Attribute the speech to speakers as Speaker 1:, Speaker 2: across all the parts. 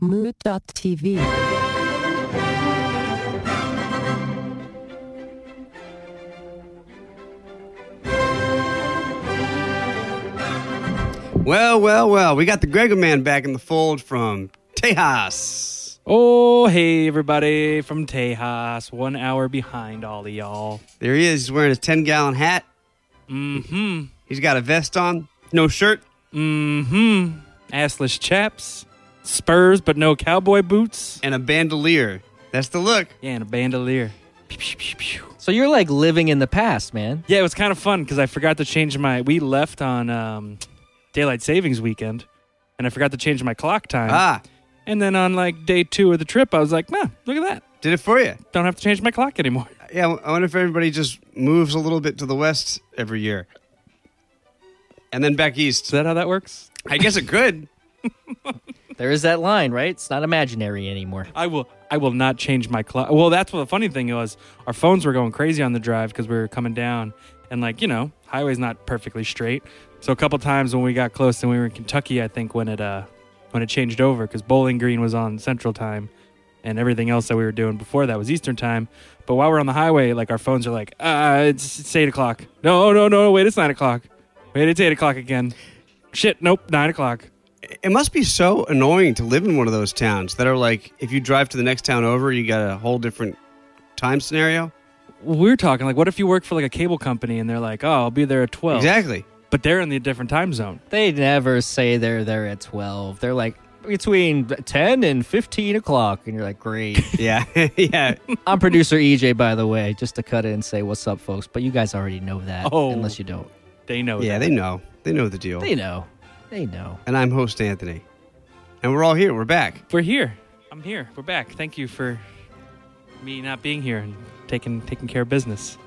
Speaker 1: Mood.tv.
Speaker 2: Well, well, well, we got the Gregor man back in the fold from Tejas.
Speaker 3: Oh, hey, everybody from Tejas, one hour behind all of y'all.
Speaker 2: There he is. He's wearing a 10 gallon hat.
Speaker 3: Mm-hmm.
Speaker 2: He's got a vest on, no shirt.
Speaker 3: Mm-hmm. Assless chaps, spurs but no cowboy boots,
Speaker 2: and a bandolier. That's the look.
Speaker 3: yeah, and a bandolier. Pew, pew, pew, pew.
Speaker 4: So you're like living in the past, man.
Speaker 3: Yeah, it was kind of fun because I forgot to change my. We left on um, daylight savings weekend, and I forgot to change my clock time.
Speaker 2: Ah,
Speaker 3: And then on like day two of the trip, I was like, "Man, look at that!
Speaker 2: did it for you.
Speaker 3: Don't have to change my clock anymore."
Speaker 2: Yeah, I wonder if everybody just moves a little bit to the west every year. And then back
Speaker 3: Is
Speaker 2: east.
Speaker 3: that how that works?
Speaker 2: I guess it could.
Speaker 4: There is that line, right? It's not imaginary anymore.
Speaker 3: I will. I will not change my clock. Well, that's what the funny thing was. Our phones were going crazy on the drive because we were coming down, and like you know, highway's not perfectly straight. So a couple times when we got close, and we were in Kentucky, I think when it uh when it changed over because Bowling Green was on Central Time, and everything else that we were doing before that was Eastern Time. But while we're on the highway, like our phones are like, uh, it's, it's eight o'clock. No, no, no, wait, it's nine o'clock. Wait, it's eight o'clock again. Shit, nope, nine o'clock.
Speaker 2: It must be so annoying to live in one of those towns that are like, if you drive to the next town over, you got a whole different time scenario.
Speaker 3: We're talking like, what if you work for like a cable company and they're like, oh, I'll be there at twelve.
Speaker 2: Exactly.
Speaker 3: but they're in the different time zone.
Speaker 4: They never say they're there at 12. They're like between 10 and 15 o'clock. And you're like, great.
Speaker 2: Yeah. yeah.
Speaker 4: I'm producer EJ, by the way, just to cut in and say what's up, folks. But you guys already know that,
Speaker 3: Oh.
Speaker 4: unless you don't.
Speaker 3: They know.
Speaker 2: Yeah,
Speaker 3: that.
Speaker 2: they know. They know the deal.
Speaker 4: They know. They know.
Speaker 2: And I'm host Anthony. And we're all here. We're back.
Speaker 3: We're here. I'm here. We're back. Thank you for me not being here and taking taking care of business.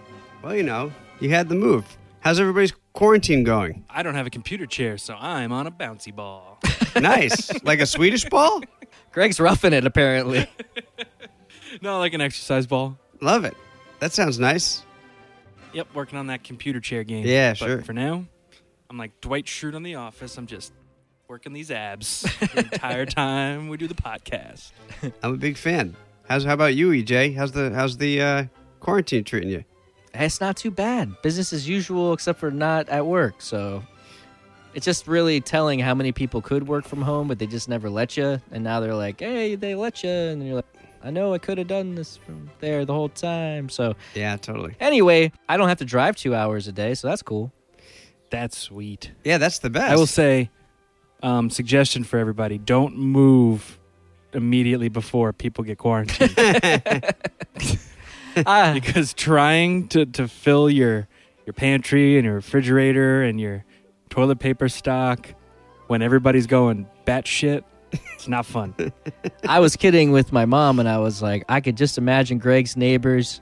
Speaker 2: Well, you know, you had the move. How's everybody's quarantine going?
Speaker 3: I don't have a computer chair, so I'm on a bouncy ball.
Speaker 2: Nice. like a Swedish ball?
Speaker 4: Greg's roughing it, apparently.
Speaker 3: no, like an exercise ball.
Speaker 2: Love it. That sounds nice.
Speaker 3: Yep, working on that computer chair game.
Speaker 2: Yeah,
Speaker 3: But
Speaker 2: sure.
Speaker 3: For now, I'm like Dwight Schrute on The Office. I'm just working these abs the entire time we do the podcast.
Speaker 2: I'm a big fan. How's how about you, EJ? How's the how's the uh, quarantine treating you?
Speaker 4: it's not too bad. Business as usual, except for not at work. So it's just really telling how many people could work from home, but they just never let you. And now they're like, hey, they let you. And you're like, I know I could have done this from there the whole time. So
Speaker 2: Yeah, totally.
Speaker 4: anyway, I don't have to drive two hours a day, so that's cool.
Speaker 3: That's sweet.
Speaker 2: Yeah, that's the best.
Speaker 3: I will say, um, suggestion for everybody: don't move immediately before people get quarantined,
Speaker 4: I,
Speaker 3: because trying to, to fill your your pantry and your refrigerator and your toilet paper stock when everybody's going batshit, it's not fun.
Speaker 4: I was kidding with my mom, and I was like, I could just imagine Greg's neighbors.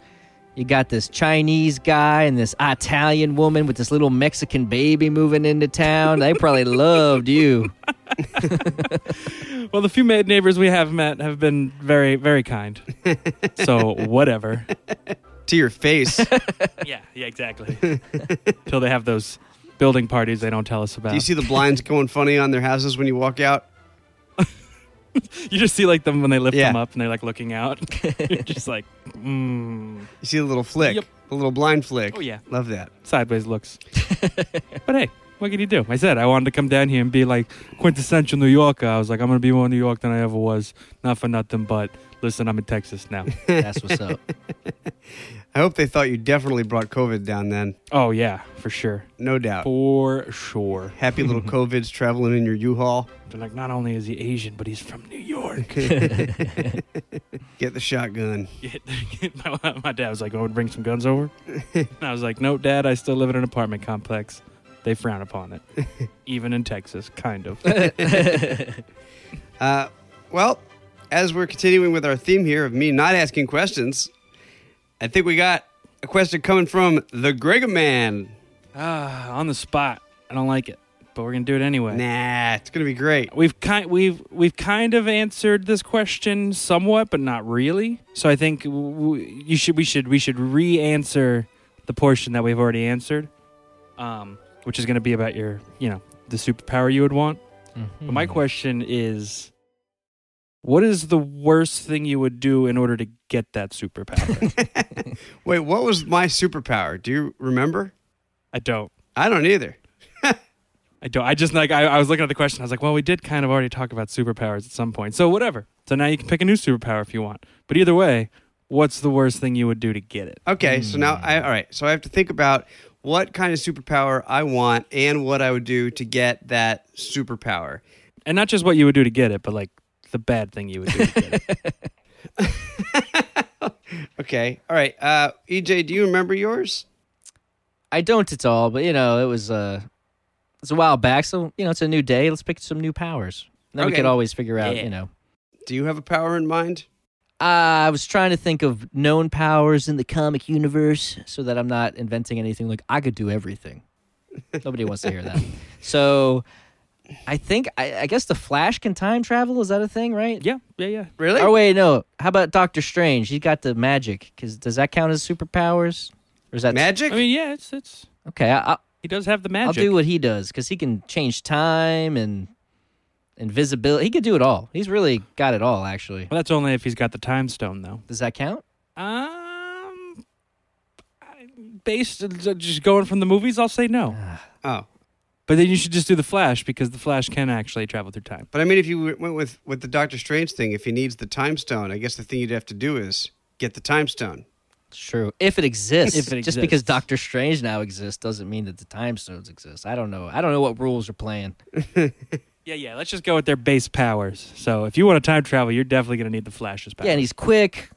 Speaker 4: You got this Chinese guy and this Italian woman with this little Mexican baby moving into town. They probably loved you.
Speaker 3: well, the few ma- neighbors we have met have been very very kind, so whatever.
Speaker 2: to your face. Do
Speaker 3: Yeah, yeah, exactly. Till they have those building parties they don't tell us about.
Speaker 2: you see the blinds going funny on their houses when you walk out?
Speaker 3: You just see like them when they lift
Speaker 2: Yeah.
Speaker 3: them up and they're like looking out. You're just like, mm,
Speaker 2: You see the little flick,
Speaker 3: Yep.
Speaker 2: the little blind flick.
Speaker 3: Oh, yeah.
Speaker 2: love that.
Speaker 3: sideways looks. but hey, what can you do? I said I wanted to come down here and be like quintessential New Yorker. I was like, I'm gonna be more New York than I ever was. Not for nothing, but listen, I'm in Texas now.
Speaker 4: That's what's up.
Speaker 2: I hope they thought you definitely brought COVID down then.
Speaker 3: oh yeah, for sure,
Speaker 2: No doubt.
Speaker 3: for sure.
Speaker 2: Happy little COVID's traveling in your U-Haul.
Speaker 3: They're like, not only is he Asian, but he's from New York.
Speaker 2: Get the shotgun.
Speaker 3: my, my dad was like, "Oh, bring some guns over." and I was like, "No, Dad, I still live in an apartment complex. They frown upon it, even in Texas, kind of."
Speaker 2: Uh, well, as we're continuing with our theme here of me not asking questions, I think we got a question coming from the Gregor Man.
Speaker 3: Ah, on the spot. I don't like it, but we're gonna do it anyway.
Speaker 2: Nah, it's gonna be great.
Speaker 3: We've kind we've we've kind of answered this question somewhat, but not really. So I think w- w- you should we should we should re-answer the portion that we've already answered, um, which is gonna be about your you know the superpower you would want. But my question is, What is the worst thing you would do in order to get that superpower?
Speaker 2: Wait, what was my superpower? Do you remember?
Speaker 3: I don't.
Speaker 2: I don't either.
Speaker 3: I don't. I just like I, I was looking at the question. I was like, well, we did kind of already talk about superpowers at some point. So whatever. So now you can pick a new superpower if you want. But either way, what's the worst thing you would do to get it? Uh,
Speaker 2: Okay, so now I all right. So I have to think about what kind of superpower I want and what I would do to get that superpower.
Speaker 3: And not just what you would do to get it, but like the bad thing you would do to get it.
Speaker 2: Okay, all right. Uh, EJ, do you remember yours?
Speaker 4: I don't at all, but you know, it was uh it's a while back, so you know, it's a new day. Let's pick some new powers. Then we
Speaker 2: Okay.
Speaker 4: could always figure out,
Speaker 3: Yeah.
Speaker 4: you know.
Speaker 2: Do you have a power in mind?
Speaker 4: Uh, I was trying to think of known powers in the comic universe so that I'm not inventing anything like I could do everything. Nobody wants to hear that. So I think I, I guess the Flash can time travel. Is that a thing, right?
Speaker 3: Yeah, yeah, yeah.
Speaker 2: Really?
Speaker 4: Oh wait, no. How about Doctor Strange? He got the magic. Cause does that count as superpowers? Or is that
Speaker 2: Magic?
Speaker 3: I mean, yeah, it's it's
Speaker 4: okay? I, I,
Speaker 3: he does have the magic.
Speaker 4: I'll do what he does because he can change time and invisibility. He could do it all. He's really got it all, actually.
Speaker 3: Well, that's only if he's got the time stone, though.
Speaker 4: Does that count?
Speaker 3: Um, I- based uh, just going from the movies, I'll say no.
Speaker 2: oh,
Speaker 3: But then you should just do the Flash because the Flash can actually travel through time.
Speaker 2: but I mean, if you went with with the Doctor Strange thing, if he needs the time stone, I guess the thing you'd have to do is get the time stone.
Speaker 4: It's true. If it exists,
Speaker 3: If it
Speaker 4: just because
Speaker 3: exists.
Speaker 4: Doctor Strange now exists doesn't mean that the time stones exist. I don't know. I don't know what rules are playing.
Speaker 3: Yeah, yeah. Let's just go with their base powers. So if you want to time travel, you're definitely gonna need the Flash's power.
Speaker 4: Yeah, and he's quick.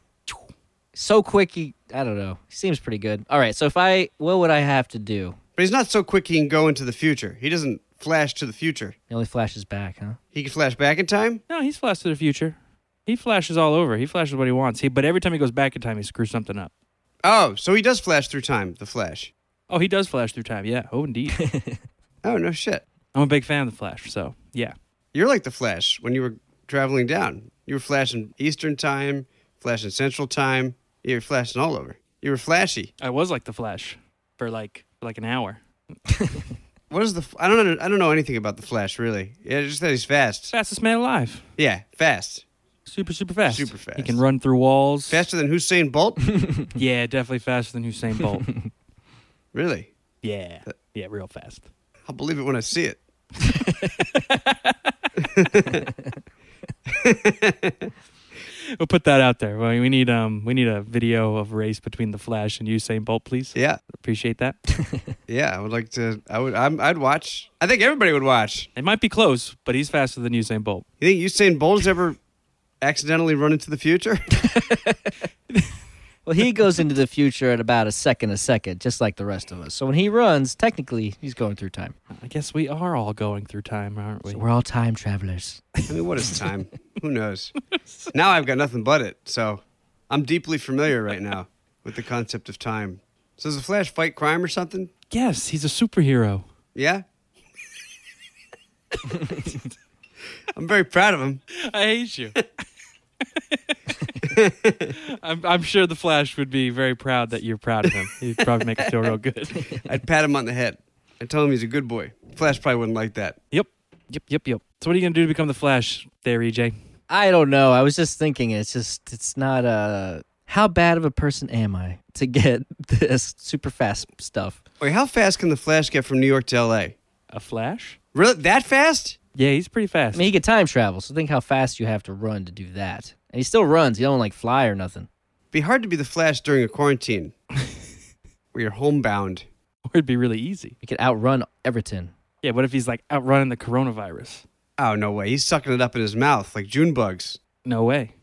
Speaker 4: So quick, he. I don't know. He seems pretty good. All right. So if I, what would I have to do?
Speaker 2: But he's not so quick he can go into the future. He doesn't flash to the future.
Speaker 4: He only flashes back, huh?
Speaker 2: He can flash back in time.
Speaker 3: no, he's Flash to the future. He flashes all over. He flashes what he wants. He, but every time he goes back in time, he screws something up.
Speaker 2: Oh, so he does flash through time. The Flash.
Speaker 3: Oh, he does flash through time. Yeah. Oh, indeed.
Speaker 2: Oh no shit.
Speaker 3: I'm a big fan of the Flash. So yeah.
Speaker 2: You're like the Flash when you were traveling down. You were flashing Eastern time, flashing Central time. You were flashing all over. You were flashy.
Speaker 3: I was like the Flash for like for like an hour.
Speaker 2: What is the? I don't. Under, I don't know anything about the Flash really. Yeah, just that he's fast.
Speaker 3: Fastest man alive.
Speaker 2: Yeah, fast.
Speaker 3: Super, super fast.
Speaker 2: Super fast.
Speaker 3: He can run through walls.
Speaker 2: Faster than Hussein Bolt.
Speaker 3: Yeah, definitely faster than Usain Bolt.
Speaker 2: really?
Speaker 3: yeah. Yeah, real fast.
Speaker 2: I'll believe it when I see it.
Speaker 3: We'll put that out there. Well, We need um we need a video of race between the Flash and Usain Bolt, please.
Speaker 2: Yeah,
Speaker 3: Appreciate that.
Speaker 2: yeah. I would like to. I would. I'm, I'd watch. I think everybody would watch.
Speaker 3: It might be close, but he's faster than Usain Bolt.
Speaker 2: You think Usain Bolt's ever accidentally run into the future?
Speaker 4: Well, he goes into the future at about a second a second, just like the rest of us. So when he runs, technically, he's going through time.
Speaker 3: I guess we are all going through time, aren't we?
Speaker 4: So we're all time travelers.
Speaker 2: I mean, what is time? Who knows? Now I've got nothing but it. So I'm deeply familiar right now with the concept of time. So does the Flash fight crime or something?
Speaker 3: yes, he's a superhero.
Speaker 2: Yeah. I'm very proud of him.
Speaker 3: I hate you. I'm, I'm sure the Flash would be very proud that you're proud of him. He'd probably make it feel real good.
Speaker 2: I'd pat him on the head. I'd tell him he's a good boy. Flash probably wouldn't like that.
Speaker 3: Yep. Yep, yep, yep. So what are you gonna do to become the Flash there, E EJ?
Speaker 4: I don't know. I was just thinking, it's just, it's not Uh, how bad of a person am I to get this super fast stuff?
Speaker 2: Wait, how fast can the Flash get from New York to L.A.?
Speaker 3: A Flash?
Speaker 2: Really, that fast?
Speaker 3: Yeah, he's pretty fast.
Speaker 4: I mean, he could time travel, so think how fast you have to run to do that. And he still runs. He don't like fly or nothing.
Speaker 2: Be hard to be the Flash during a quarantine, where you're homebound.
Speaker 3: Or it'd be really easy.
Speaker 4: He could outrun Everton.
Speaker 3: Yeah, what if he's like outrunning the coronavirus?
Speaker 2: Oh no way! He's sucking it up in his mouth like June bugs.
Speaker 3: No way.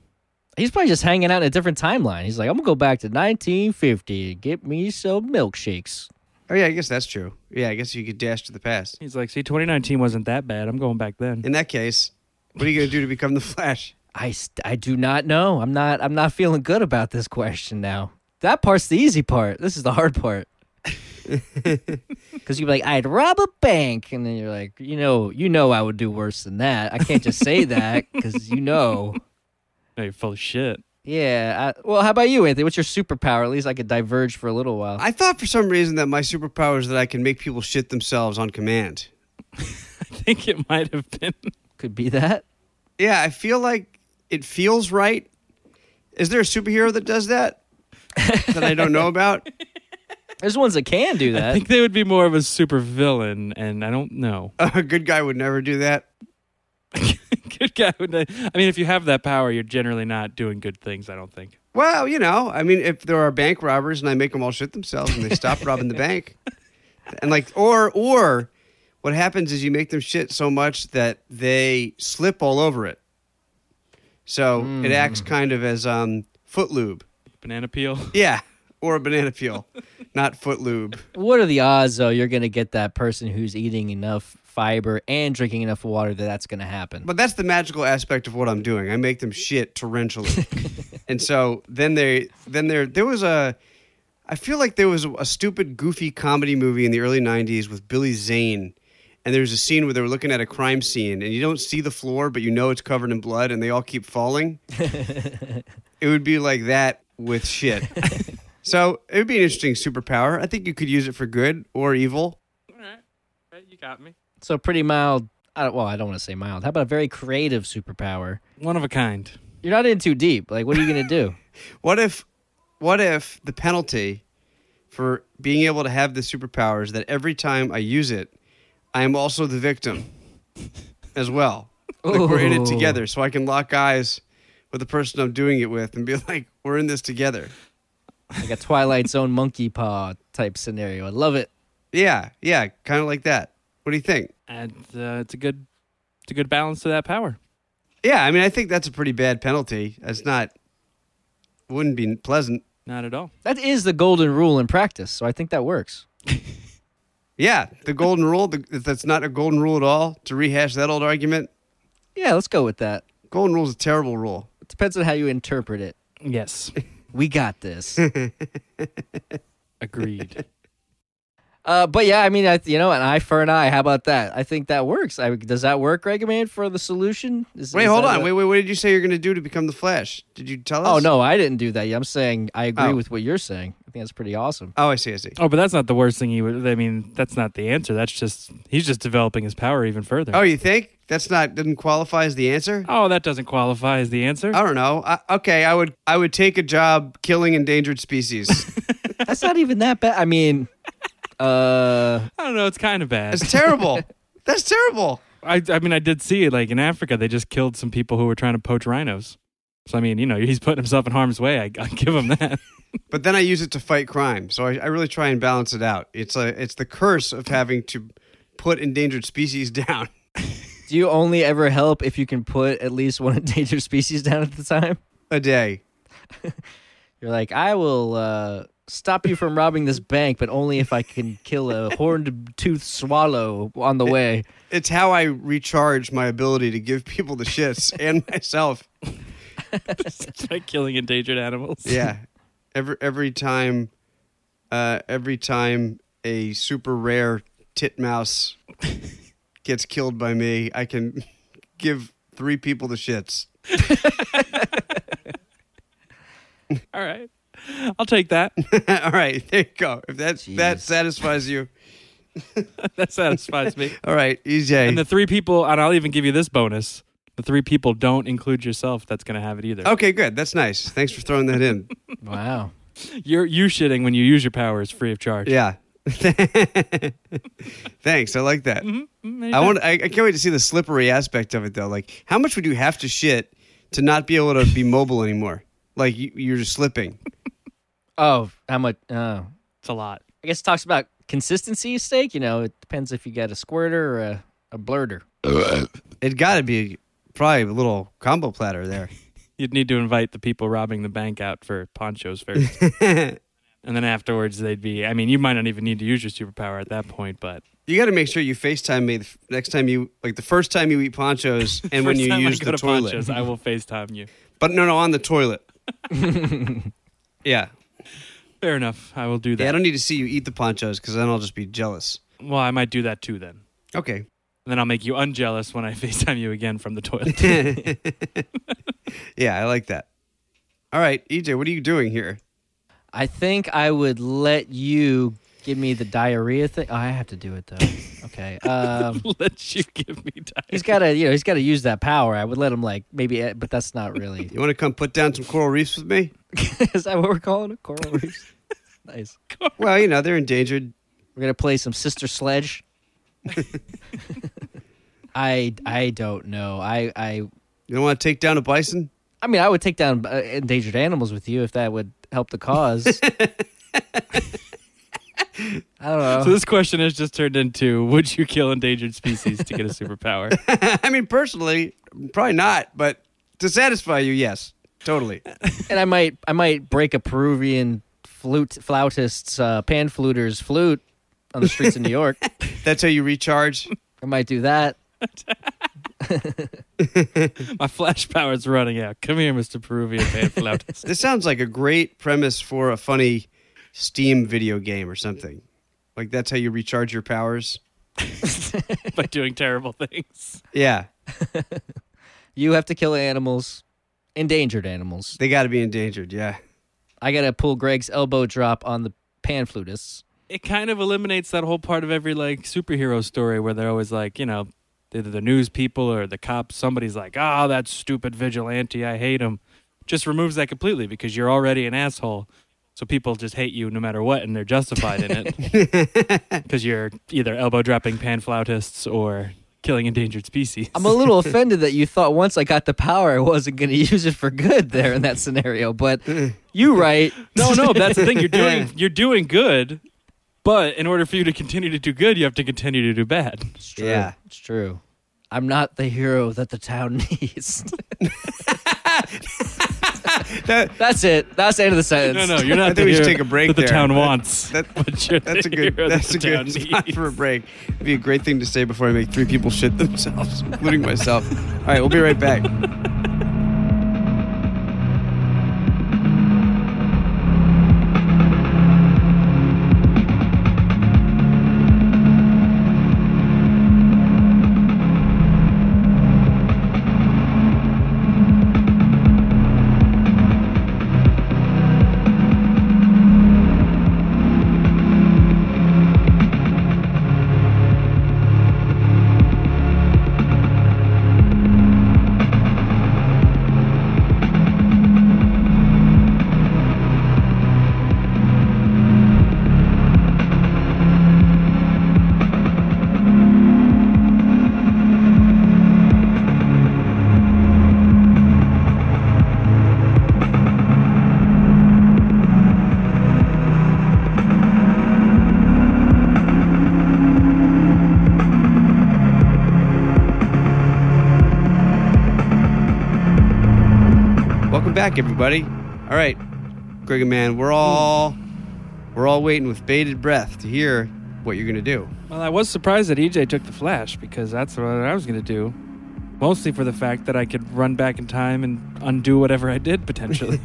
Speaker 4: He's probably just hanging out in a different timeline. He's like, I'm gonna go back to 1950 and get me some milkshakes.
Speaker 2: Oh yeah, I guess that's true. Yeah, I guess you could dash to the past.
Speaker 3: He's like, see, 2019 wasn't that bad. I'm going back then.
Speaker 2: In that case, what are you gonna do to become the Flash?
Speaker 4: I, st- I do not know. I'm not I'm not feeling good about this question now. That part's the easy part. This is the hard part. Because you'd be like, I'd rob a bank, and then you're like, you know, you know, I would do worse than that. I can't just say that because you know.
Speaker 3: No, you're full of shit.
Speaker 4: Yeah. I, well, how about you, Anthony? What's your superpower? At least I could diverge for a little while.
Speaker 2: I thought for some reason that my superpower is that I can make people shit themselves on command.
Speaker 3: I think it might have been.
Speaker 4: could be that.
Speaker 2: Yeah, I feel like it feels right. Is there a superhero that does that that I don't know about?
Speaker 4: There's ones that can do
Speaker 3: I
Speaker 4: that.
Speaker 3: think they would be more of a super villain, and I don't know.
Speaker 2: A good guy would never do that.
Speaker 3: good guy. Would I mean, if you have that power, you're generally not doing good things. I don't think.
Speaker 2: Well, you know, I mean, if there are bank robbers and I make them all shit themselves and they stop robbing the bank, and like, or or what happens is you make them shit so much that they slip all over it. So it acts kind of as um, foot lube,
Speaker 3: Banana peel.
Speaker 2: yeah, or a banana peel, not foot lube.
Speaker 4: What are the odds, though, you're going to get that person who's eating enough fiber and drinking enough water that that's going to happen?
Speaker 2: But that's the magical aspect of what I'm doing. I make them shit torrentially, and so then they then there there was a. I feel like there was a stupid, goofy comedy movie in the early '90s with Billy Zane, and there was a scene where they were looking at a crime scene, and you don't see the floor, but you know it's covered in blood, and they all keep falling. it would be like that with shit. so it would be an interesting superpower. I think you could use it for good or evil.
Speaker 3: All right. All right, you got me.
Speaker 4: so pretty mild. I don't, well, I don't want to say mild. How about a very creative superpower?
Speaker 3: One of a kind.
Speaker 4: You're not in too deep. Like, what are you going to do?
Speaker 2: What if what if the penalty for being able to have the superpower is that every time I use it, I am also the victim as well. Like we're in it
Speaker 4: Ooh.
Speaker 2: together, so I can lock eyes with the person I'm doing it with and be like, we're in this together.
Speaker 4: like a Twilight Zone monkey paw type scenario. I love it.
Speaker 2: Yeah, yeah, kind of like that. What do you think?
Speaker 3: And uh, it's a good, it's a good balance to that power.
Speaker 2: Yeah, I mean, I think that's a pretty bad penalty. That's not wouldn't be pleasant.
Speaker 3: Not at all.
Speaker 4: That is the golden rule in practice, so I think that works.
Speaker 2: Yeah, the golden rule. The, if that's not a golden rule at all, to rehash that old argument,
Speaker 4: Yeah, let's go with that.
Speaker 2: golden rule is a terrible rule.
Speaker 4: It depends on how you interpret it.
Speaker 3: Yes.
Speaker 4: We got this.
Speaker 3: Agreed.
Speaker 4: uh, but yeah, I mean, I, you know, an eye for an eye. How about that? I think that works. I, does that work, Greg Man, for the solution? Is,
Speaker 2: Wait,
Speaker 4: is
Speaker 2: hold
Speaker 4: that
Speaker 2: on.
Speaker 4: a-
Speaker 2: Wait, wait. What did you say you're going to do to become the Flash? Did you tell us?
Speaker 4: Oh no, I didn't do that. I'm saying I agree
Speaker 2: Oh.
Speaker 4: with what you're saying. I think that's pretty awesome.
Speaker 2: Oh, I see. I see.
Speaker 3: oh, but that's not the worst thing he would. I mean, that's not the answer. That's just he's just developing his power even further.
Speaker 2: Oh, you think that's not didn't qualify as the answer?
Speaker 3: Oh, that doesn't qualify as the answer.
Speaker 4: Uh-huh.
Speaker 2: I don't know. I, okay, I would I would take a job killing endangered species.
Speaker 4: That's not even that bad. I mean, uh,
Speaker 3: I don't know. It's kind of bad.
Speaker 2: That's terrible. that's terrible.
Speaker 3: I, I mean, I did see it. Like in Africa, they just killed some people who were trying to poach rhinos. So I mean, you know, he's putting himself in harm's way. I, I give him that.
Speaker 2: But then I use it to fight crime, so I, I really try and balance it out. It's a it's the curse of having to put endangered species down.
Speaker 4: do you only ever help if you can put at least one endangered species down at the time?
Speaker 2: A day.
Speaker 4: You're like, I will uh, stop you from robbing this bank, but only if I can kill a horned toothed swallow on the way.
Speaker 2: It's how I recharge my ability to give people the shits and myself.
Speaker 3: It's like killing endangered animals.
Speaker 2: Yeah. Every every time uh every time a super rare titmouse gets killed by me, I can give three people the shits.
Speaker 3: All right. I'll take that.
Speaker 2: All right, there you go. If that that
Speaker 4: Jeez.
Speaker 2: satisfies you.
Speaker 3: That satisfies me.
Speaker 2: All right, E EJ.
Speaker 3: And the three people, and I'll even give you this bonus: the three people don't include yourself. That's going to have it either.
Speaker 2: okay, good. That's nice. Thanks for throwing that in.
Speaker 4: Wow.
Speaker 3: You're you shitting when you use your power is free of charge.
Speaker 2: Yeah. Thanks. I like that.
Speaker 3: Mm-hmm,
Speaker 2: I want. I, I can't wait to see the slippery aspect of it, though. Like, how much would you have to shit to not be able to be mobile anymore? Like, you, you're just slipping.
Speaker 4: Oh, how much? Oh.
Speaker 3: It's a lot.
Speaker 4: I guess it talks about consistency stake. You know, it depends if you got a squirter or a, a blurter.
Speaker 2: It got to be probably a little combo platter there.
Speaker 3: You'd need to invite the people robbing the bank out for ponchos first. and then afterwards, they'd be. I mean, you might not even need to use your superpower at that point, but
Speaker 2: You got to make sure you FaceTime me the f- next time you like the first time you eat ponchos and when
Speaker 3: First
Speaker 2: you
Speaker 3: time
Speaker 2: use
Speaker 3: I go
Speaker 2: the
Speaker 3: to
Speaker 2: toilet.
Speaker 3: Ponchos, I will FaceTime you.
Speaker 2: But no, no, on the toilet. yeah.
Speaker 3: Fair enough. I will do
Speaker 2: Yeah, I
Speaker 3: that.
Speaker 2: don't need to see you eat the ponchos because then I'll just be jealous.
Speaker 3: well, I might do that too then.
Speaker 2: Okay.
Speaker 3: And then I'll make you unjealous when I FaceTime you again from the toilet.
Speaker 2: Yeah, I like that. E All right, EJ, what are you doing here?
Speaker 4: I think I would let you give me the diarrhea thing. Oh, I have to do it though. Okay. Um,
Speaker 3: Let you give me time.
Speaker 4: he's got to, you know, he's got to use that power. I would let him like maybe, eh, but that's not really.
Speaker 2: You want to come put down some coral reefs with me?
Speaker 4: Is that what we're calling it? Coral reefs. nice.
Speaker 2: Well, you know they're endangered.
Speaker 4: We're gonna play some Sister Sledge. I I don't know. I I
Speaker 2: You don't want to take down a bison?
Speaker 4: I mean, I would take down uh, endangered animals with you if that would help the cause. I don't know.
Speaker 3: So this question has just turned into: Would you kill endangered species to get a superpower?
Speaker 2: I mean, personally, probably not. But to satisfy you, yes, totally.
Speaker 4: and I might I might break a Peruvian flute flautist's uh, pan fluter's flute on the streets of New York.
Speaker 2: That's how you recharge.
Speaker 4: I might do that.
Speaker 3: My flash power's running out. Come here, Mister Peruvian pan flautist.
Speaker 2: This sounds like a great premise for a funny Steam video game or something. Like that's how you recharge your powers.
Speaker 3: by doing terrible things.
Speaker 2: Yeah,
Speaker 4: You have to kill animals, endangered animals.
Speaker 2: they got to be endangered. Yeah,
Speaker 4: I gotta pull Greg's elbow drop on the pan flutists.
Speaker 3: It kind of eliminates that whole part of every like superhero story where they're always like, you know, either the news people or the cops. Somebody's like, "Ah, that stupid vigilante, I hate him." Just removes that completely because you're already an asshole. So people just hate you no matter what, and they're justified in it because you're either elbow dropping pan flautists or killing endangered species.
Speaker 4: I'm a little offended that you thought once I got the power I wasn't gonna use it for good there in that scenario, but you right.
Speaker 3: no, no, that's the thing. You're doing you're doing good, but in order for you to continue to do good, you have to continue to do bad.
Speaker 4: It's true.
Speaker 2: Yeah.
Speaker 4: It's true. I'm not the hero that the town needs.
Speaker 2: that,
Speaker 4: That's it. That's the end of the sentence.
Speaker 3: No, no, you're not.
Speaker 2: I think
Speaker 3: the
Speaker 2: we should
Speaker 3: hero
Speaker 2: take a break
Speaker 3: That the
Speaker 2: there.
Speaker 3: town
Speaker 2: That-
Speaker 3: wants.
Speaker 2: that-
Speaker 3: but you're
Speaker 2: that's a
Speaker 3: the
Speaker 2: good.
Speaker 3: hero
Speaker 2: That's a
Speaker 3: that the
Speaker 2: good
Speaker 3: town
Speaker 2: spot
Speaker 3: needs.
Speaker 2: for a break. It'd be a great thing to say before I make three people shit themselves, including myself. All right, we'll be right back. Welcome back, everybody. All right, Greg and man, we're all we're all waiting with bated breath to hear what you're gonna do.
Speaker 3: Well, I was surprised that EJ took the flash because that's what I was going to do. Mostly for the fact that I could run back in time and undo whatever I did potentially.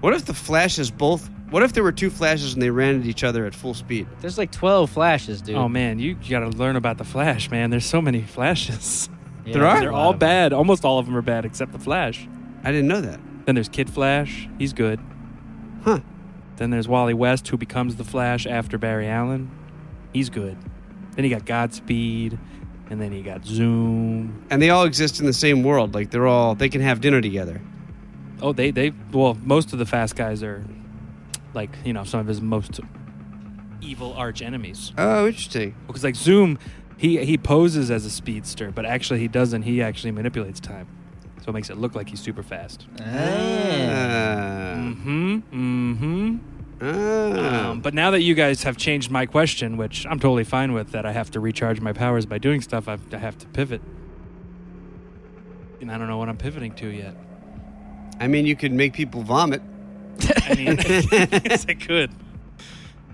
Speaker 2: What if the flashes both? What if there were two flashes and they ran at each other at full speed?
Speaker 4: There's like 12 flashes, dude.
Speaker 3: oh man, you got to learn about the flash, man. There's so many flashes.
Speaker 4: Yeah,
Speaker 2: there are?
Speaker 4: there's
Speaker 3: They're
Speaker 4: a
Speaker 3: all
Speaker 4: lot of them.
Speaker 3: bad. Almost all of them are bad except the flash.
Speaker 2: I didn't know that.
Speaker 3: Then there's Kid Flash. He's good.
Speaker 2: Huh.
Speaker 3: Then there's Wally West, who becomes the Flash after Barry Allen. He's good. Then you got Godspeed, and then you got Zoom.
Speaker 2: And they all exist in the same world. Like they're all they can have dinner together.
Speaker 3: Oh, they they well, most of the fast guys are like you know some of his most evil arch enemies.
Speaker 2: Oh, interesting.
Speaker 3: Because like Zoom, he he poses as a speedster, but actually he doesn't. He actually manipulates time, so it makes it look like he's super fast.
Speaker 4: Ah.
Speaker 2: Uh,
Speaker 3: Mm-hmm. Mm-hmm.
Speaker 2: uh,
Speaker 3: Um, but now that you guys have changed my question, which I'm totally fine with, that I have to recharge my powers by doing stuff, I've, I have to pivot. And I don't know what I'm pivoting to yet.
Speaker 2: I mean, you could make people vomit.
Speaker 3: I mean, yes, I could.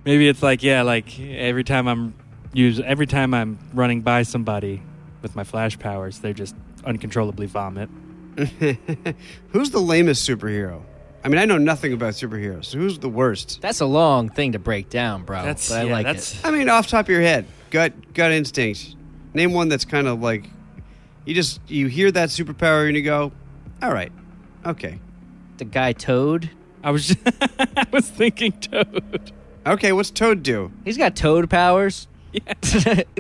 Speaker 3: Maybe it's like, yeah, like every time I'm use every time I'm running by somebody with my flash powers, they just uncontrollably vomit.
Speaker 2: who's the lamest superhero? I mean, I know nothing about superheroes. So who's the worst?
Speaker 4: That's a long thing to break down, bro.
Speaker 3: That's
Speaker 4: but Oh, I
Speaker 3: yeah,
Speaker 4: like
Speaker 3: that's
Speaker 4: it.
Speaker 2: I mean, off top of your head, gut gut instinct. Name one that's kind of like you just you hear that superpower and you go, all right, okay.
Speaker 4: The guy Toad.
Speaker 3: I was I was thinking Toad.
Speaker 2: Okay, what's Toad do?
Speaker 4: He's got toad powers. he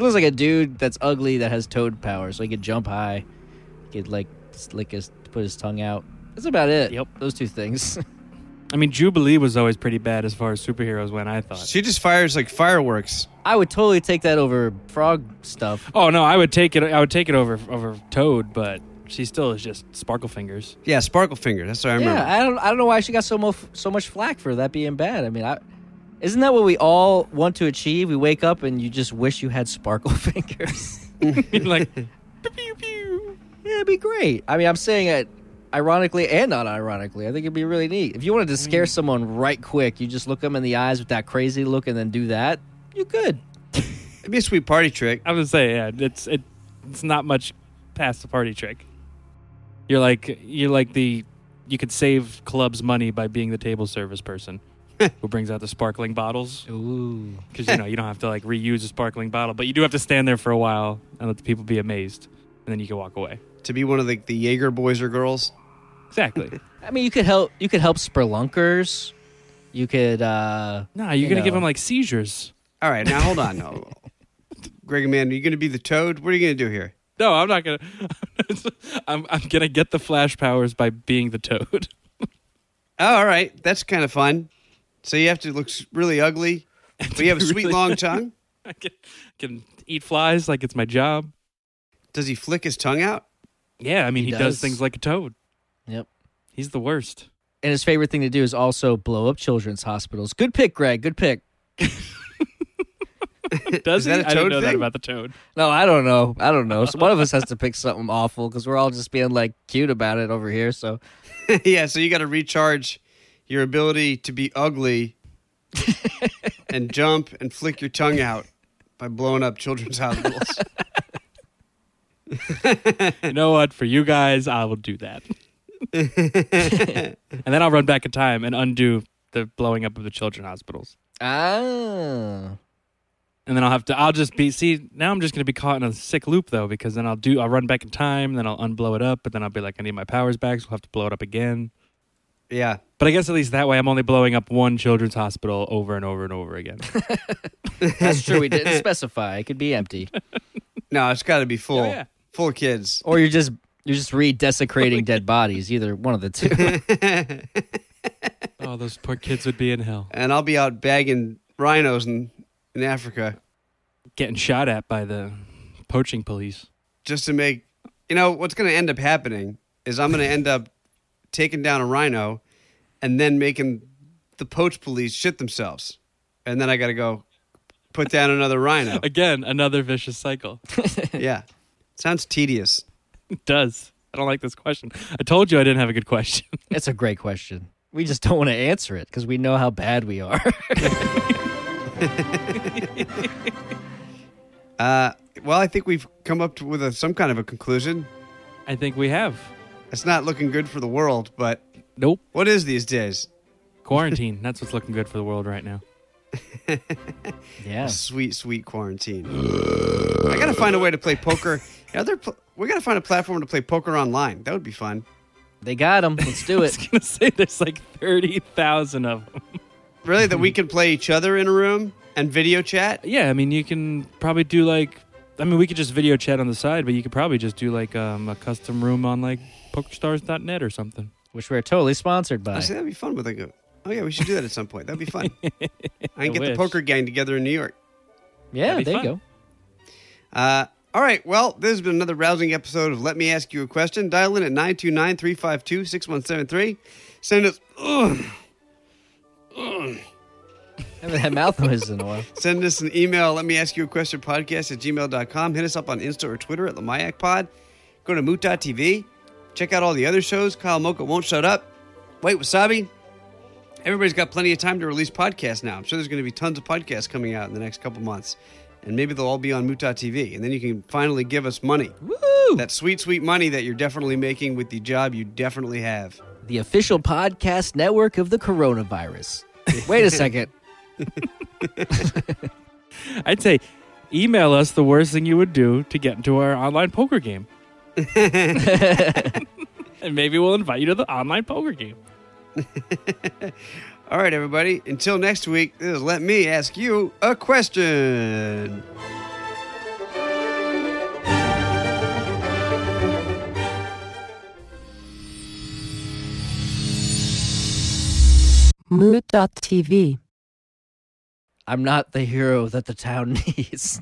Speaker 4: looks like a dude that's ugly that has toad powers. So he could jump high, he could like slick his put his tongue out. That's about it.
Speaker 3: Yep.
Speaker 4: those two things.
Speaker 3: I mean, Jubilee was always pretty bad as far as superheroes went. I thought.
Speaker 2: She just fires like fireworks.
Speaker 4: I would totally take that over frog stuff.
Speaker 3: Oh no, I would take it. I would take it over over Toad, but she still is just sparkle fingers.
Speaker 2: Yeah, Sparkle Finger. That's what I remember.
Speaker 4: Yeah, I don't I don't know why she got so mo- so much flack for that being bad. I mean, I. Isn't that what we all want to achieve? We wake up and you just wish you had sparkle fingers.
Speaker 3: like, pew, pew, pew.
Speaker 4: Yeah, it'd be great. I mean, I'm saying it ironically and not ironically. I think it'd be really neat. If you wanted to scare someone right quick, you just look them in the eyes with that crazy look and then do that, you could.
Speaker 2: It'd be a sweet party trick.
Speaker 3: I would say, yeah, it's it, it's not much past the party trick. You're like you're like the you could save clubs money by being the table service person who brings out the sparkling bottles
Speaker 4: Ooh.
Speaker 3: because you know you don't have to like reuse a sparkling bottle, but you do have to stand there for a while and let the people be amazed, and then you can walk away.
Speaker 2: To be one of the, the Jaeger boys or girls.
Speaker 3: Exactly.
Speaker 4: I mean, you could help you could help spurlunkers. You could uh
Speaker 3: nah, you're
Speaker 4: You
Speaker 3: gonna give
Speaker 4: know.
Speaker 3: them like seizures.
Speaker 2: All right, now hold on. No. Greg and Man, are you going to be the Toad? What are you going to do here?
Speaker 3: No, I'm not gonna. I'm I'm gonna get the flash powers by being the toad.
Speaker 2: Oh, all right. That's kind of fun. So you have to look s- really ugly, but you have a sweet
Speaker 3: Really-
Speaker 2: long tongue.
Speaker 3: I can, can eat flies like it's my job.
Speaker 2: Does he flick his tongue out?
Speaker 3: Yeah, I mean
Speaker 4: He
Speaker 3: he, does.
Speaker 4: does.
Speaker 3: things like a toad.
Speaker 4: Yep.
Speaker 3: He's the worst.
Speaker 4: And his favorite thing to do is also blow up children's hospitals. Good pick, Greg. Good pick.
Speaker 3: Does
Speaker 2: Is that
Speaker 3: he?
Speaker 2: a
Speaker 3: I don't
Speaker 2: toad
Speaker 3: know that
Speaker 2: thing?
Speaker 3: about the toad.
Speaker 4: No, I don't know. I don't know. So one of us has to pick something awful because we're all just being like cute about it over here. So
Speaker 2: yeah, so you got to recharge your ability to be ugly and jump and flick your tongue out by blowing up children's hospitals.
Speaker 3: You know what? For you guys, I will do that. and then I'll run back in time and undo the blowing up of the children hospitals.
Speaker 4: ah,
Speaker 3: And then I'll have to. I'll just be. See, now I'm just going to be caught in a sick loop though, because then I'll do. I'll run back in time, then I'll unblow it up, but then I'll be like, I need my powers back, so we'll have to blow it up again.
Speaker 2: yeah.
Speaker 3: But I guess at least that way, I'm only blowing up one children's hospital over and over and over again.
Speaker 4: that's true. We didn't specify. It could be empty.
Speaker 2: No, it's got to be full.
Speaker 3: Oh, yeah.
Speaker 2: Full of kids.
Speaker 4: or you're just you're just re-desecrating dead bodies either one of the two
Speaker 3: oh, those poor kids would be in hell,
Speaker 2: And I'll be out bagging rhinos in, in Africa
Speaker 3: getting shot at by the poaching police.
Speaker 2: just to make, you know, what's going to end up happening is I'm going to end up taking down a rhino and then making the poach police shit themselves. And then I got to go put down another rhino.
Speaker 3: Again, another vicious cycle.
Speaker 2: yeah. Sounds tedious.
Speaker 3: does. I don't like this question. I told you I didn't have a good question.
Speaker 4: it's a great question we just don't want to answer it because we know how bad we are
Speaker 2: Uh, well, I think we've come up to, with a, some kind of a conclusion.
Speaker 3: I think we have.
Speaker 2: It's not looking good for the world, but
Speaker 3: Nope.
Speaker 2: what is these days?
Speaker 3: Quarantine. That's what's looking good for the world right now.
Speaker 4: yeah
Speaker 2: Sweet, sweet quarantine. I gotta find a way to play poker. Other, pl- we gotta find a platform to play poker online. That would be fun,
Speaker 4: they got him let's do
Speaker 3: I
Speaker 4: it
Speaker 3: was gonna say there's like thirty thousand of them.
Speaker 2: really. That we can play each other in a room and video chat.
Speaker 3: Yeah, I mean you can probably do like. I mean we could just video chat on the side, but you could probably just do like um, a custom room on like PokerStars.net or something.
Speaker 4: which we're totally sponsored by
Speaker 2: I say that'd be fun with like a. Oh yeah, we should do that at some point. That'd be fun. I
Speaker 3: I
Speaker 2: can get the
Speaker 3: wish.
Speaker 2: poker gang together in New York.
Speaker 4: yeah
Speaker 3: That'd
Speaker 4: there
Speaker 3: be
Speaker 4: you go
Speaker 2: Uh, all right. Well, this has been another rousing episode of Let Me Ask You a Question. Dial in at 929 352 6173. Send us. Ugh,
Speaker 4: haven't had mouth noises in a while
Speaker 2: send us an email. Let me ask you a question podcast at gmail.com. Hit us up on Insta or Twitter at Lamayak Pod. Go to moot.tv. Check out all the other shows. Kyle Mocha won't shut up. Wait, Wasabi. Everybody's got plenty of time to release podcasts now. I'm sure there's going to be tons of podcasts coming out in the next couple months. And maybe they'll all be on moot.tv. And then you can finally give us money.
Speaker 4: Woo!
Speaker 2: That sweet, sweet money that you're definitely making with the job you definitely have.
Speaker 4: the official podcast network of the coronavirus wait a second
Speaker 3: I'd say email us the worst thing you would do to get into our online poker game. and maybe we'll invite you to the online poker game.
Speaker 2: All right, everybody. Until next week, this is let me ask you a question.
Speaker 1: Mood.tv.
Speaker 4: I'm not the hero that the town needs.